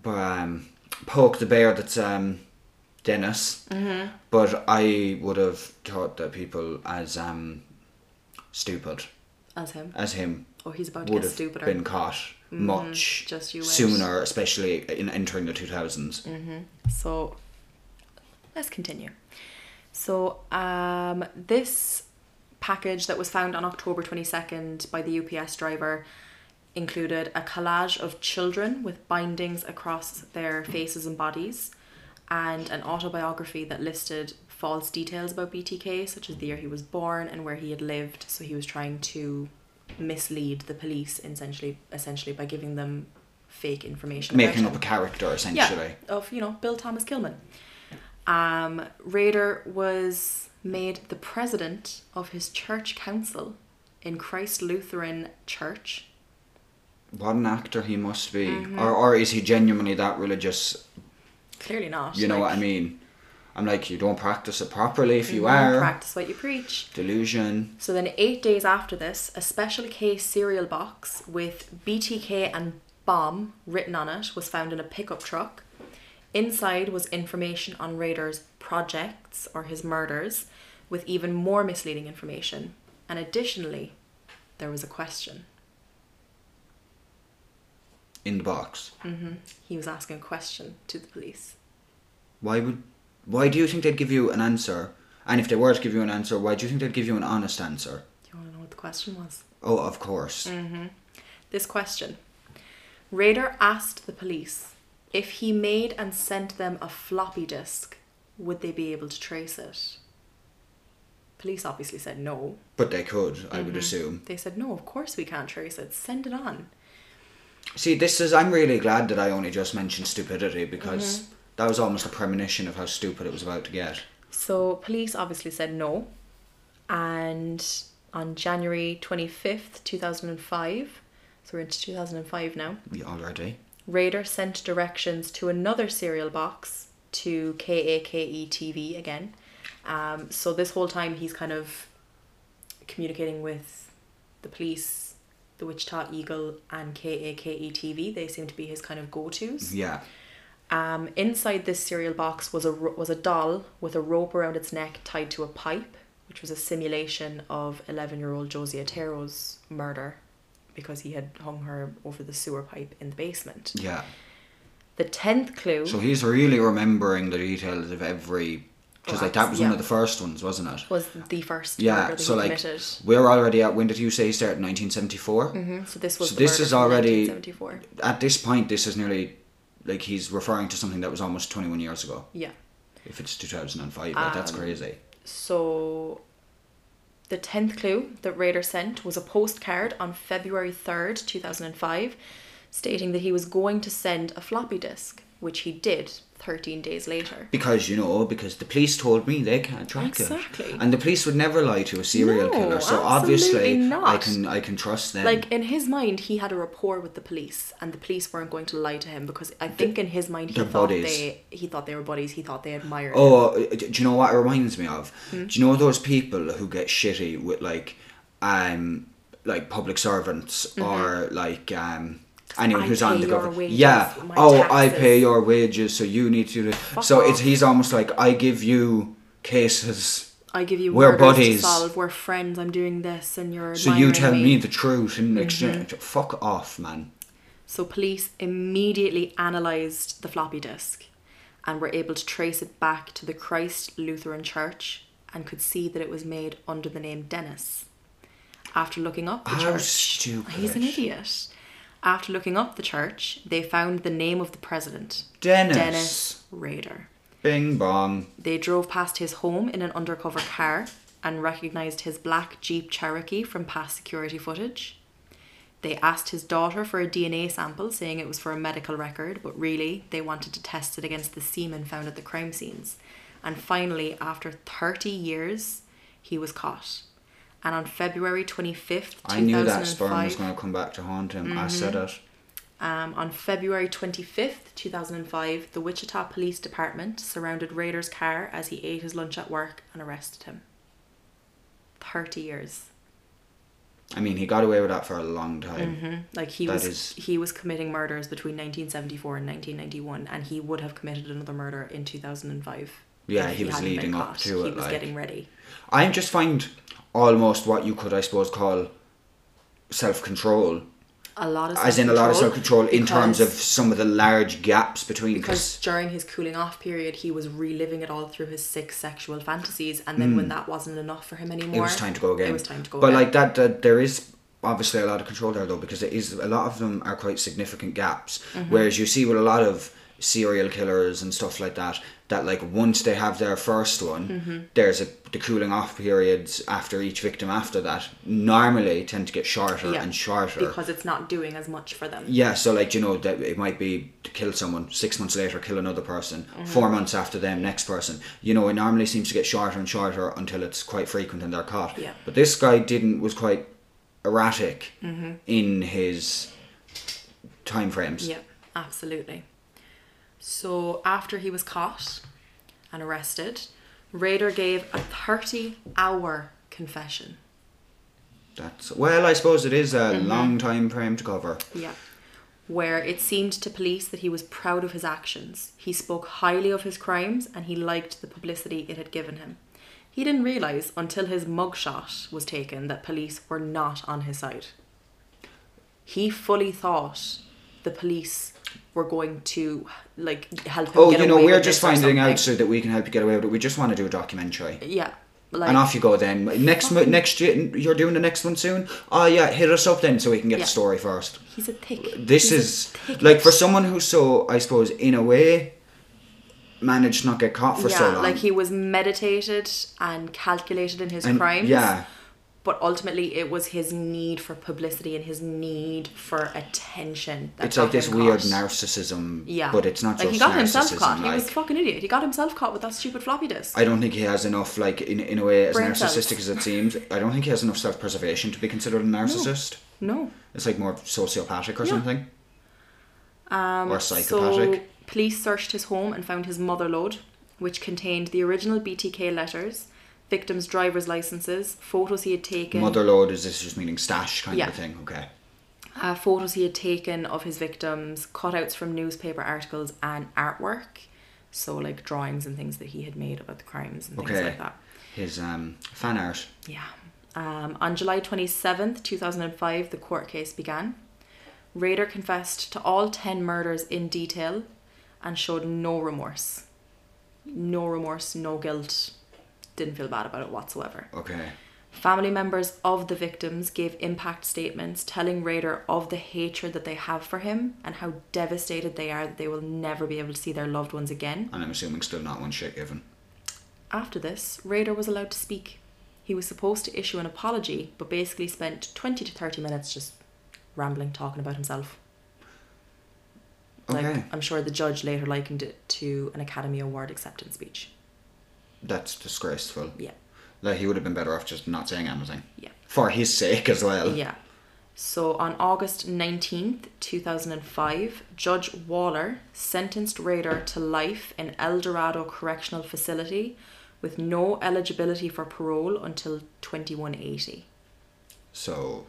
S1: but um, poke the bear that's um, Dennis. Mm-hmm. But I would have thought that people as um, stupid
S2: As him.
S1: as him
S2: Oh, he's about to
S1: would
S2: get
S1: have
S2: stupider.
S1: been caught much
S2: just you wish.
S1: sooner, especially in entering the 2000s.
S2: So let's continue. So um, this package that was found on October 22nd by the UPS driver included a collage of children with bindings across their faces and bodies and an autobiography that listed false details about BTK such as the year he was born and where he had lived so he was trying to mislead the police essentially essentially by giving them fake information about
S1: Making
S2: him.
S1: up a character, essentially.
S2: Yeah, of you know Bill Thomas Kilman. Um, Raider was made the president of his church council in Christ Lutheran Church.
S1: What an actor he must be. Or, or is he genuinely that religious?
S2: Clearly not.
S1: You know what I mean? I'm like, you don't practice it properly if you are.
S2: Practice what you preach.
S1: Delusion.
S2: So then, eight days after this, a special case cereal box with BTK and bomb written on it was found in a pickup truck. Inside was information on Raider's projects or his murders, with even more misleading information. And additionally, there was a question.
S1: In the box.
S2: He was asking a question to the police.
S1: Why would. Why do you think they'd give you an answer? And if they were to give you an answer, why do you think they'd give you an honest answer?
S2: Do you want to know what the question was?
S1: Oh, of course.
S2: this question. Raider asked the police if he made and sent them a floppy disk, would they be able to trace it? Police obviously said no.
S1: But they could, I would assume.
S2: They said no, of course we can't trace it. Send it on.
S1: See, this is. I'm really glad that I only just mentioned stupidity because that was almost a premonition of how stupid it was about to get.
S2: So police obviously said no. And on January 25th, 2005. So we're into 2005 now.
S1: We already.
S2: Raider sent directions to another serial box to KAKE TV E again. Um, so this whole time he's kind of communicating with the police, the Wichita Eagle, and KAKE TV. E They seem to be his kind of go tos.
S1: Yeah.
S2: Um, inside this cereal box was a ro- was a doll with a rope around its neck tied to a pipe, which was a simulation of eleven year old Josie Atero's murder, because he had hung her over the sewer pipe in the basement.
S1: Yeah.
S2: The tenth clue.
S1: So he's really remembering the details of every. Because like that was
S2: Yeah.
S1: one of the first ones, wasn't it?
S2: was the first murder
S1: Yeah.
S2: that
S1: So
S2: he
S1: like
S2: committed.
S1: we're already at. When did you say he started? Nineteen
S2: Mhm, So this was.
S1: so
S2: the
S1: this
S2: murder
S1: is
S2: from
S1: already-
S2: 1974.
S1: At this point, this is nearly like he's referring to something that was almost twenty-one years ago.
S2: Yeah.
S1: If it's two thousand and five, like, that's
S2: Um,
S1: crazy.
S2: So, the tenth clue that Raider sent was a postcard on February third, two thousand and five, stating that he was going to send a floppy disk, which he did thirteen days later.
S1: Because you know, because the police told me they can't track
S2: Exactly.
S1: it, and the police would never lie to a serial
S2: No,
S1: killer. So
S2: absolutely
S1: obviously, I
S2: not.
S1: can I can trust them.
S2: Like in his mind, he had a rapport with the police, and the police weren't going to lie to him because I think in his mind he
S1: they're
S2: thought
S1: buddies.
S2: they he thought they were buddies. He thought they admired. him.
S1: Oh, uh, d- do you know what it reminds me of?
S2: Hmm?
S1: Do you know those people who get shitty with like, um, like public servants or like um anyone
S2: Mm-hmm. I
S1: who's on
S2: pay
S1: the
S2: your
S1: government?
S2: wages,
S1: Yeah.
S2: my
S1: Oh, I
S2: taxes."
S1: pay your wages, so you need to. do so it's
S2: off.
S1: he's almost like I give you cases,
S2: I give you
S1: we're
S2: murders
S1: buddies.
S2: to solve. We're friends. I'm doing this, and you're
S1: so you
S2: admiring
S1: tell
S2: me.
S1: me the truth in exchange. Fuck off, man.
S2: So police immediately analysed the floppy disk and were able to trace it back to the Christ Lutheran Church and could see that it was made under the name Dennis. After looking up the
S1: How
S2: church,
S1: stupid.
S2: he's an idiot. After looking up the church, they found the name of the president,
S1: Dennis.
S2: Dennis Rader.
S1: Bing bong.
S2: They drove past his home in an undercover car and recognised his black Jeep Cherokee from past security footage. They asked his daughter for a DNA sample, saying it was for a medical record, but really they wanted to test it against the semen found at the crime scenes. And finally, after 30 years, he was caught. And on February 25th,
S1: I knew that sperm was
S2: 2005,
S1: going to come back to haunt him. I said
S2: Mm-hmm.
S1: it.
S2: um, on February 25th, 2005, the Wichita Police Department surrounded Raider's car as he ate his lunch at work and arrested him. 30 years.
S1: I mean, he got away with that for a long
S2: Mm-hmm.
S1: time.
S2: Like he
S1: That
S2: was
S1: is-
S2: he was committing murders between 1974 and 1991 and he would have committed another murder in 2005.
S1: Yeah,
S2: if
S1: he was
S2: hadn't been
S1: leading up
S2: caught.
S1: to
S2: He
S1: it,
S2: was
S1: like-
S2: getting ready.
S1: I just find almost what you could, I suppose, call self control.
S2: A lot of
S1: As in a lot of self
S2: self-control
S1: control in terms of
S2: because-
S1: some of the large gaps between.
S2: because
S1: Cause,
S2: during his cooling off period he was reliving it all through his six sexual fantasies and then when that wasn't enough for him anymore
S1: Mm. it was time to go again.
S2: it was time to go
S1: But
S2: again.
S1: like that, that, there is obviously a lot of control there though, because it is a lot of them are quite significant gaps.
S2: Mm-hmm.
S1: Whereas you see with a lot of serial killers and stuff like that, that like once they have their first one,
S2: Mm-hmm.
S1: there's a the cooling off periods after each victim after that normally tend to get shorter
S2: Yeah,
S1: and shorter.
S2: because it's not doing as much for them.
S1: Yeah, so like you know that it might be to kill someone six months later, kill another person, four
S2: Mm-hmm.
S1: months after them, next person. You know, it normally seems to get shorter and shorter until it's quite frequent and they're caught.
S2: Yeah.
S1: But this guy didn't was quite erratic
S2: Mm-hmm.
S1: in his time frames.
S2: Yeah, absolutely. So after he was caught and arrested, Raider gave a 30 hour confession.
S1: That's well, I suppose it is a
S2: Mm-hmm.
S1: long time frame to cover.
S2: Yeah. Where it seemed to police that he was proud of his actions. He spoke highly of his crimes and he liked the publicity it had given him. He didn't realise until his mugshot was taken that police were not on his side. He fully thought the police were going to like help him.
S1: Oh,
S2: get
S1: you know,
S2: away
S1: we're
S2: with
S1: just
S2: this or
S1: finding out
S2: something.
S1: so that we can help you get away with it. We just want to do a documentary.
S2: Yeah. Like,
S1: and off you go then. Next mo- next year, you're doing the next one soon. Oh yeah, hit us up then so we can get
S2: Yeah.
S1: the story first.
S2: He's a thick.
S1: this is like for someone who's so I suppose in a way managed to not get caught for
S2: yeah,
S1: so long.
S2: like he was meditated and calculated in his
S1: And-
S2: crimes.
S1: Yeah,
S2: But ultimately, it was his need for publicity and his need for attention. That
S1: it's like
S2: got him
S1: this weird
S2: caught.
S1: narcissism.
S2: Yeah.
S1: But it's not
S2: like
S1: just
S2: he got
S1: narcissism,
S2: himself caught.
S1: like-
S2: He was a fucking idiot. He got himself caught with that stupid floppy disk.
S1: I don't think he has enough, like, in, in a way, as
S2: Brain cells.
S1: narcissistic as it seems, I don't think he has enough self preservation to be considered a narcissist.
S2: no.
S1: It's like more sociopathic or
S2: Yeah.
S1: something.
S2: Um,
S1: Or psychopathic.
S2: So police searched his home and found his mother load, which contained the original BTK letters, victims' driver's licenses, photos he had taken,
S1: Motherload is this just meaning stash kind
S2: Yeah.
S1: of a thing? Okay.
S2: uh, photos he had taken of his victims, cutouts from newspaper articles, and artwork. So like drawings and things that he had made about the crimes and things
S1: Okay.
S2: like that.
S1: His um, fan art.
S2: Yeah. Um, on July 27th, 2005, the court case began. Raider confessed to all 10 murders in detail and showed no remorse. No remorse, no guilt. Didn't feel bad about it whatsoever.
S1: Okay.
S2: Family members of the victims gave impact statements telling Raider of the hatred that they have for him and how devastated they are that they will never be able to see their loved ones again.
S1: And I'm assuming still not one shit given.
S2: After this, Raider was allowed to speak. He was supposed to issue an apology, but basically spent 20 to 30 minutes just rambling, talking about himself.
S1: Okay.
S2: Like, I'm sure the judge later likened it to an Academy Award acceptance speech.
S1: That's disgraceful.
S2: Yeah.
S1: Like, he would have been better off just not saying anything.
S2: Yeah.
S1: For his sake as well.
S2: Yeah. So on August 19th, 2005, Judge Waller sentenced Raider to life in El Dorado Correctional Facility with no eligibility for parole until 2180.
S1: So,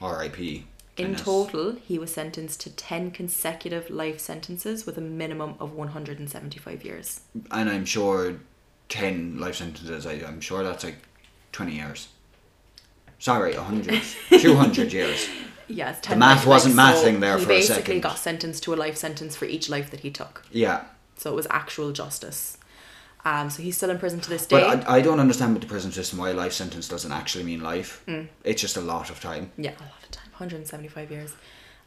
S1: R.I.P.
S2: In
S1: Dennis.
S2: total, he was sentenced to 10 consecutive life sentences with a minimum of 175 years.
S1: And I'm sure 10 life sentences, I, I'm sure that's like 20 years. Sorry, 100. 200 years.
S2: Yeah, it's 10
S1: The math
S2: life
S1: wasn't
S2: sentences,
S1: mathing there
S2: he
S1: for a
S2: basically
S1: second.
S2: got sentenced to a life sentence for each life that he took.
S1: Yeah.
S2: So it was actual justice. Um, so he's still in prison to this day.
S1: But uh, I, I don't understand with the prison system why a life sentence doesn't actually mean life.
S2: Mm.
S1: It's just a lot of time.
S2: yeah, a lot of time, 175 years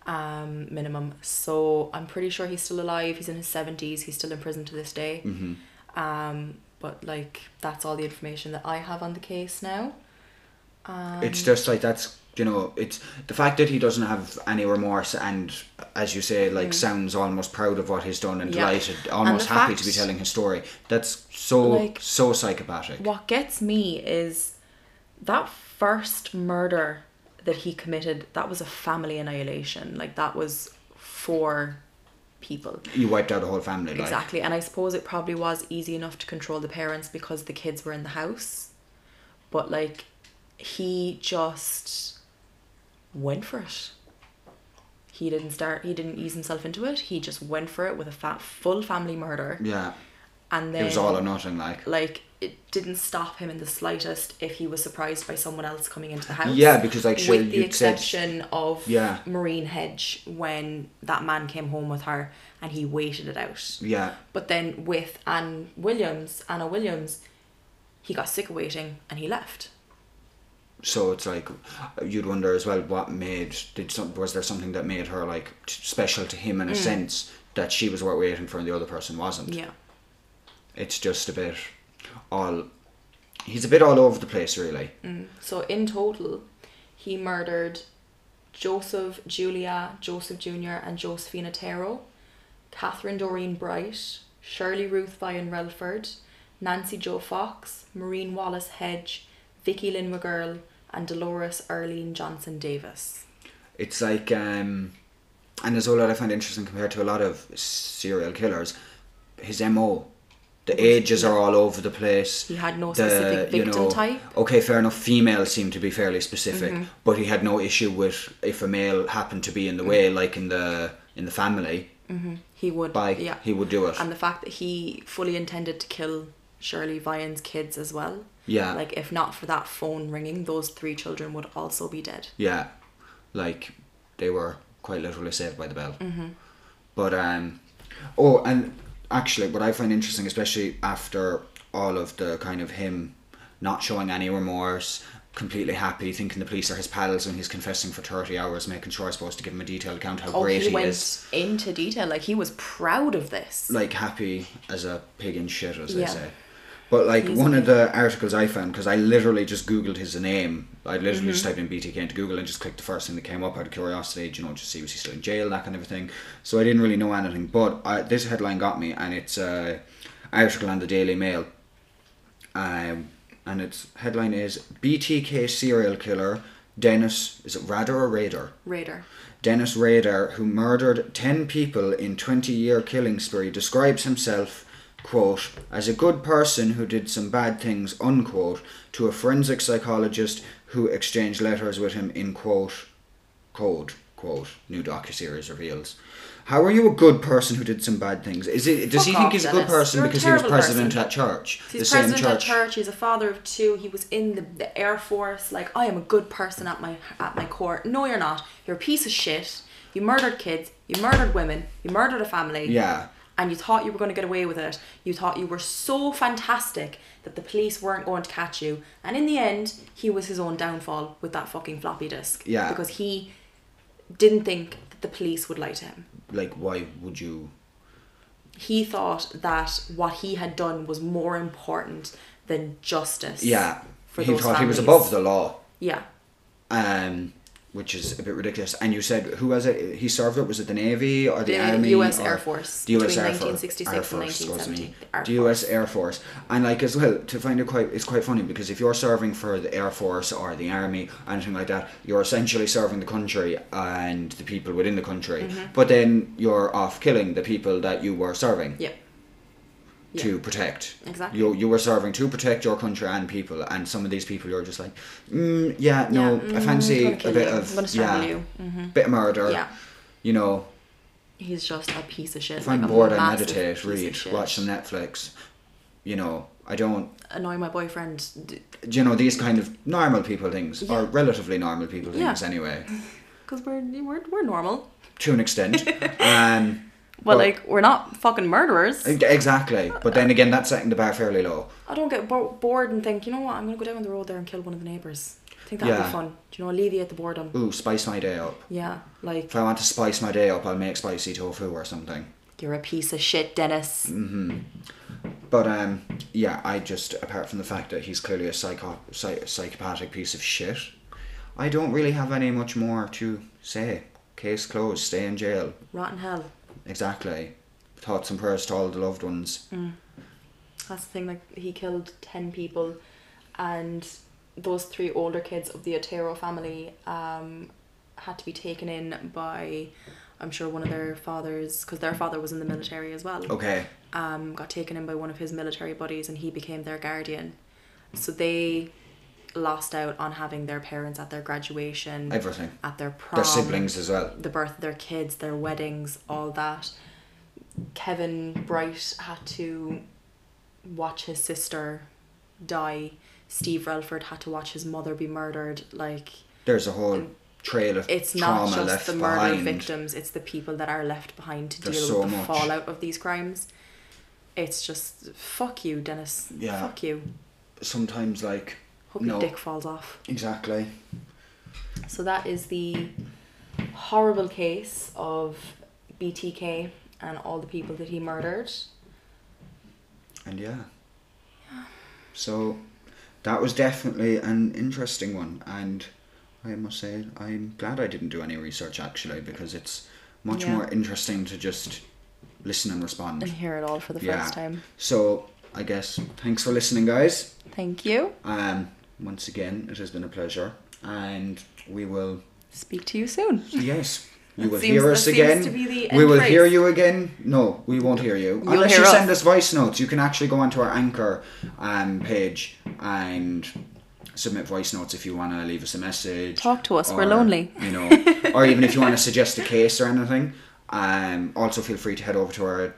S2: um, minimum. So I'm pretty sure he's still alive. He's in his 70s. He's still in prison to this day.
S1: Mm. Mm-hmm.
S2: Um, but like, that's all the information that I have on the case now.
S1: it's just like that's you know it's the fact that he doesn't have any remorse and as you say like sounds almost proud of what he's done and
S2: Mm. Yeah.
S1: delighted
S2: And
S1: almost
S2: the
S1: happy
S2: fact-
S1: to be telling his story that's so
S2: Like-
S1: so psychopathic
S2: What gets me is that first murder that he committed, that was a family annihilation. Like that was four people.
S1: you wiped out a whole family like
S2: Exactly. And I suppose it probably was easy enough to control the parents because the kids were in the house. But like he just went for it. He didn't start he didn't ease himself into it. He just went for it with a fat full family murder.
S1: yeah
S2: And then
S1: it was all or nothing like
S2: like it didn't stop him in the slightest if he was surprised by someone else coming into the house.
S1: Yeah, because, like, sure,
S2: with the
S1: you'd said-
S2: exception of
S1: Yeah.
S2: Maureen Hedge when that man came home with her and he waited it out.
S1: yeah
S2: But then with Anne Williams, Anna Williams, he got sick of waiting and he left.
S1: so it's like you'd wonder as well what made did some was there something that made her like t- special to him in
S2: Mm.
S1: a sense that she was what waiting for and the other person wasn't
S2: Yeah.
S1: it's just a bit all he's a bit all over the place really
S2: So in total, he murdered Joseph Julia, Joseph Jr., and Josephina Taro, Catherine Doreen Bright, Shirley Ruth Vian Relford, Nancy Jo Fox, Maureen Wallace Hedge, Vicky Lynn McGurl, and Dolores Arlene Johnson Davis.
S1: it's like um and as well that i find interesting compared to a lot of serial killers his mo the ages are all over the place
S2: He had no
S1: The,
S2: specific
S1: you
S2: victim
S1: know,
S2: type. Mm-hmm.
S1: okay fair enough females seem to be fairly specific but he had no issue with if a male happened to be in the
S2: Mm-hmm.
S1: way like in the in the family
S2: He would,
S1: by
S2: yeah.
S1: he would do it
S2: and the fact that he fully intended to kill Shirley Vian's kids as well.
S1: yeah
S2: Like, if not for that phone ringing, those three children would also be dead.
S1: Yeah, like they were quite literally saved by the bell. Mm-hmm. But um, oh, and actually, what I find interesting, especially after all of the kind of him not showing any remorse, completely happy, thinking the police are his pals, and he's confessing for thirty hours, making sure I am supposed to give him a detailed account how
S2: Oh,
S1: great
S2: he
S1: he,
S2: went
S1: is,
S2: into detail. Like he was proud of this.
S1: like happy as a pig in shit, as
S2: Yeah.
S1: they say. But like
S2: He's
S1: one
S2: a
S1: of the articles I found, because I literally just googled his name. I literally just
S2: Mm-hmm.
S1: typed in BTK into Google and just clicked the first thing that came up out of curiosity. You know, just see was he still in jail, that kind of a thing. So I didn't really know anything, but I, this headline got me, and it's uh, article on the Daily Mail. Um, and its headline is BTK serial killer Dennis is it Radder or Raider?
S2: Raider.
S1: Dennis Rader, who murdered 10 people in 20 year killing spree, describes himself, quote, as a good person who did some bad things, unquote, to a forensic psychologist who exchanged letters with him in, quote, code, quote, new docuseries reveals. How are you a good person who did some bad things? Is it, does
S2: Fuck
S1: he think
S2: off,
S1: he's a good
S2: Dennis.
S1: person
S2: You're a
S1: because he was
S2: terrible person.
S1: president at church?
S2: So he's president of church. He's a father of two. He was in the, the air force. Like I am a good person at my at my core. No, you're not. You're a piece of shit. You murdered kids. You murdered women. You murdered a family.
S1: Yeah.
S2: And you thought you were going to get away with it. You thought you were so fantastic that the police weren't going to catch you. And in the end, he was his own downfall with that fucking floppy disk.
S1: Yeah.
S2: Because he didn't think that the police would lie to him
S1: Like, why would you?
S2: he thought that what he had done was more important than justice.
S1: Yeah.
S2: for
S1: he
S2: those
S1: thought he was
S2: families.
S1: above the law.
S2: Yeah,
S1: um, which is a bit ridiculous. And you said who was it? He served it. Was it the Navy or the,
S2: The
S1: Army?
S2: US
S1: or-
S2: Air Force
S1: The U.S.
S2: between
S1: Air Force.
S2: 1966
S1: Air
S2: and
S1: Force, excuse
S2: 1970.
S1: me.
S2: The Air
S1: The U.S. Air Force. And like as well, to find it quite, it's quite funny because if you're serving for the Air Force or the Army, anything like that, you're essentially serving the country and the people within the country.
S2: Mm-hmm.
S1: But then you're off killing the people that you were serving
S2: yeah, yeah.
S1: to protect.
S2: Exactly.
S1: You you were serving to protect your country and people, and some of these people you're just like, mm, yeah, no,
S2: Yeah,
S1: I
S2: mm,
S1: fancy
S2: gonna
S1: a
S2: kill
S1: bit
S2: you,
S1: of
S2: gonna strangle
S1: yeah,
S2: you.
S1: bit of murder.
S2: Mm-hmm. Yeah.
S1: You know,
S2: He's just a piece of shit.
S1: if I'm
S2: like a
S1: bored, I
S2: massive
S1: meditate,
S2: piece of
S1: read,
S2: shit.
S1: watch some Netflix. You know, I don't.
S2: Annoy my boyfriend. d-
S1: You know these kind of normal people things, or
S2: Yeah.
S1: relatively normal people
S2: Yeah.
S1: things, anyway,
S2: Cause we're we're, we're normal.
S1: to an extent. um,
S2: Well,
S1: Well-
S2: like we're not fucking murderers. I,
S1: e- exactly. But then again, that's setting the bar fairly low.
S2: don't get bo- bored and think, you know what? I'm gonna go down the road there and kill one of the neighbors. I think that'd
S1: Yeah.
S2: be fun. Do you know, alleviate the boredom.
S1: Ooh, spice my day up.
S2: Yeah, like
S1: If I want to spice my day up, I'll make spicy tofu or something.
S2: you're a piece of shit, Dennis.
S1: Mm. But um, yeah, I just apart from the fact that he's clearly a psycho- psych- psychopathic piece of shit, I don't really have any much more to say. Case closed. Stay in jail.
S2: Rotten hell.
S1: Exactly. Thoughts and prayers to all the loved ones.
S2: That's the thing, like he killed ten people and those three older kids of the Otero family um, had to be taken in by I'm sure one of their fathers because their father was in the military as well.
S1: Okay.
S2: Um, got taken in by one of his military buddies and he became their guardian. So they lost out on having their parents at their graduation,
S1: Everything.
S2: at their prom
S1: Their siblings as well.
S2: the birth of their kids, their weddings, all that. Kevin Bright had to watch his sister die. Steve Relford had to watch his mother be murdered. Like
S1: There's a whole trail of
S2: it's
S1: trauma
S2: not just
S1: left
S2: the murder
S1: behind.
S2: victims; it's the people that are left behind to
S1: There's
S2: deal
S1: so
S2: with the
S1: much.
S2: fallout of these crimes. It's just fuck you, Dennis.
S1: Yeah.
S2: Fuck you.
S1: Sometimes, like
S2: Hope your
S1: No.
S2: dick falls off.
S1: exactly.
S2: So that is the horrible case of BTK and all the people that he murdered.
S1: And yeah. So that was definitely an interesting one and I must say I'm glad I didn't do any research actually because it's much
S2: Yeah.
S1: more interesting to just listen and respond.
S2: and hear it all for the
S1: Yeah.
S2: first time.
S1: So I guess thanks for listening guys.
S2: Thank you.
S1: Um once again it has been a pleasure and we will
S2: Speak to you soon.
S1: yes you
S2: That
S1: will
S2: seems-
S1: hear
S2: that
S1: us
S2: seems
S1: again.
S2: to be the
S1: we
S2: end
S1: will
S2: phrase.
S1: hear you again. No, we won't hear you.
S2: You'll
S1: Unless
S2: hear
S1: you
S2: us.
S1: send us voice notes, you can actually go onto our anchor um, page and submit voice notes if you want to leave us a message.
S2: Talk to us, we're lonely.
S1: You know, or even if you want to suggest a case or anything. Um, also, feel free to head over to our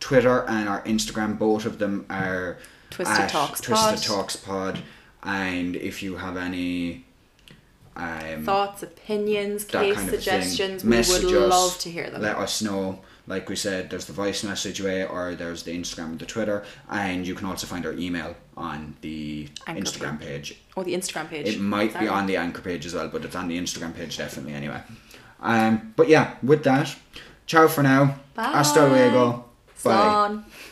S1: Twitter and our Instagram. Both of them are
S2: Twisted
S1: at
S2: Talks
S1: Twisted
S2: Pod.
S1: Talks Pod. And if you have any um,
S2: Thoughts, opinions,
S1: that
S2: case
S1: kind of
S2: suggestions,
S1: thing.
S2: we
S1: Message
S2: would
S1: us,
S2: love to hear them.
S1: Let us know. Like we said, there's the voice message way, or there's the Instagram and the Twitter, and you can also find our email on the
S2: Anchor
S1: Instagram page.
S2: Or the Instagram page.
S1: It might
S2: Sorry.
S1: be on the anchor page as well, but it's on the Instagram page definitely anyway. Um, but yeah, with that, ciao for now. Hasta
S2: Bye.
S1: luego. Bye.
S2: Slán.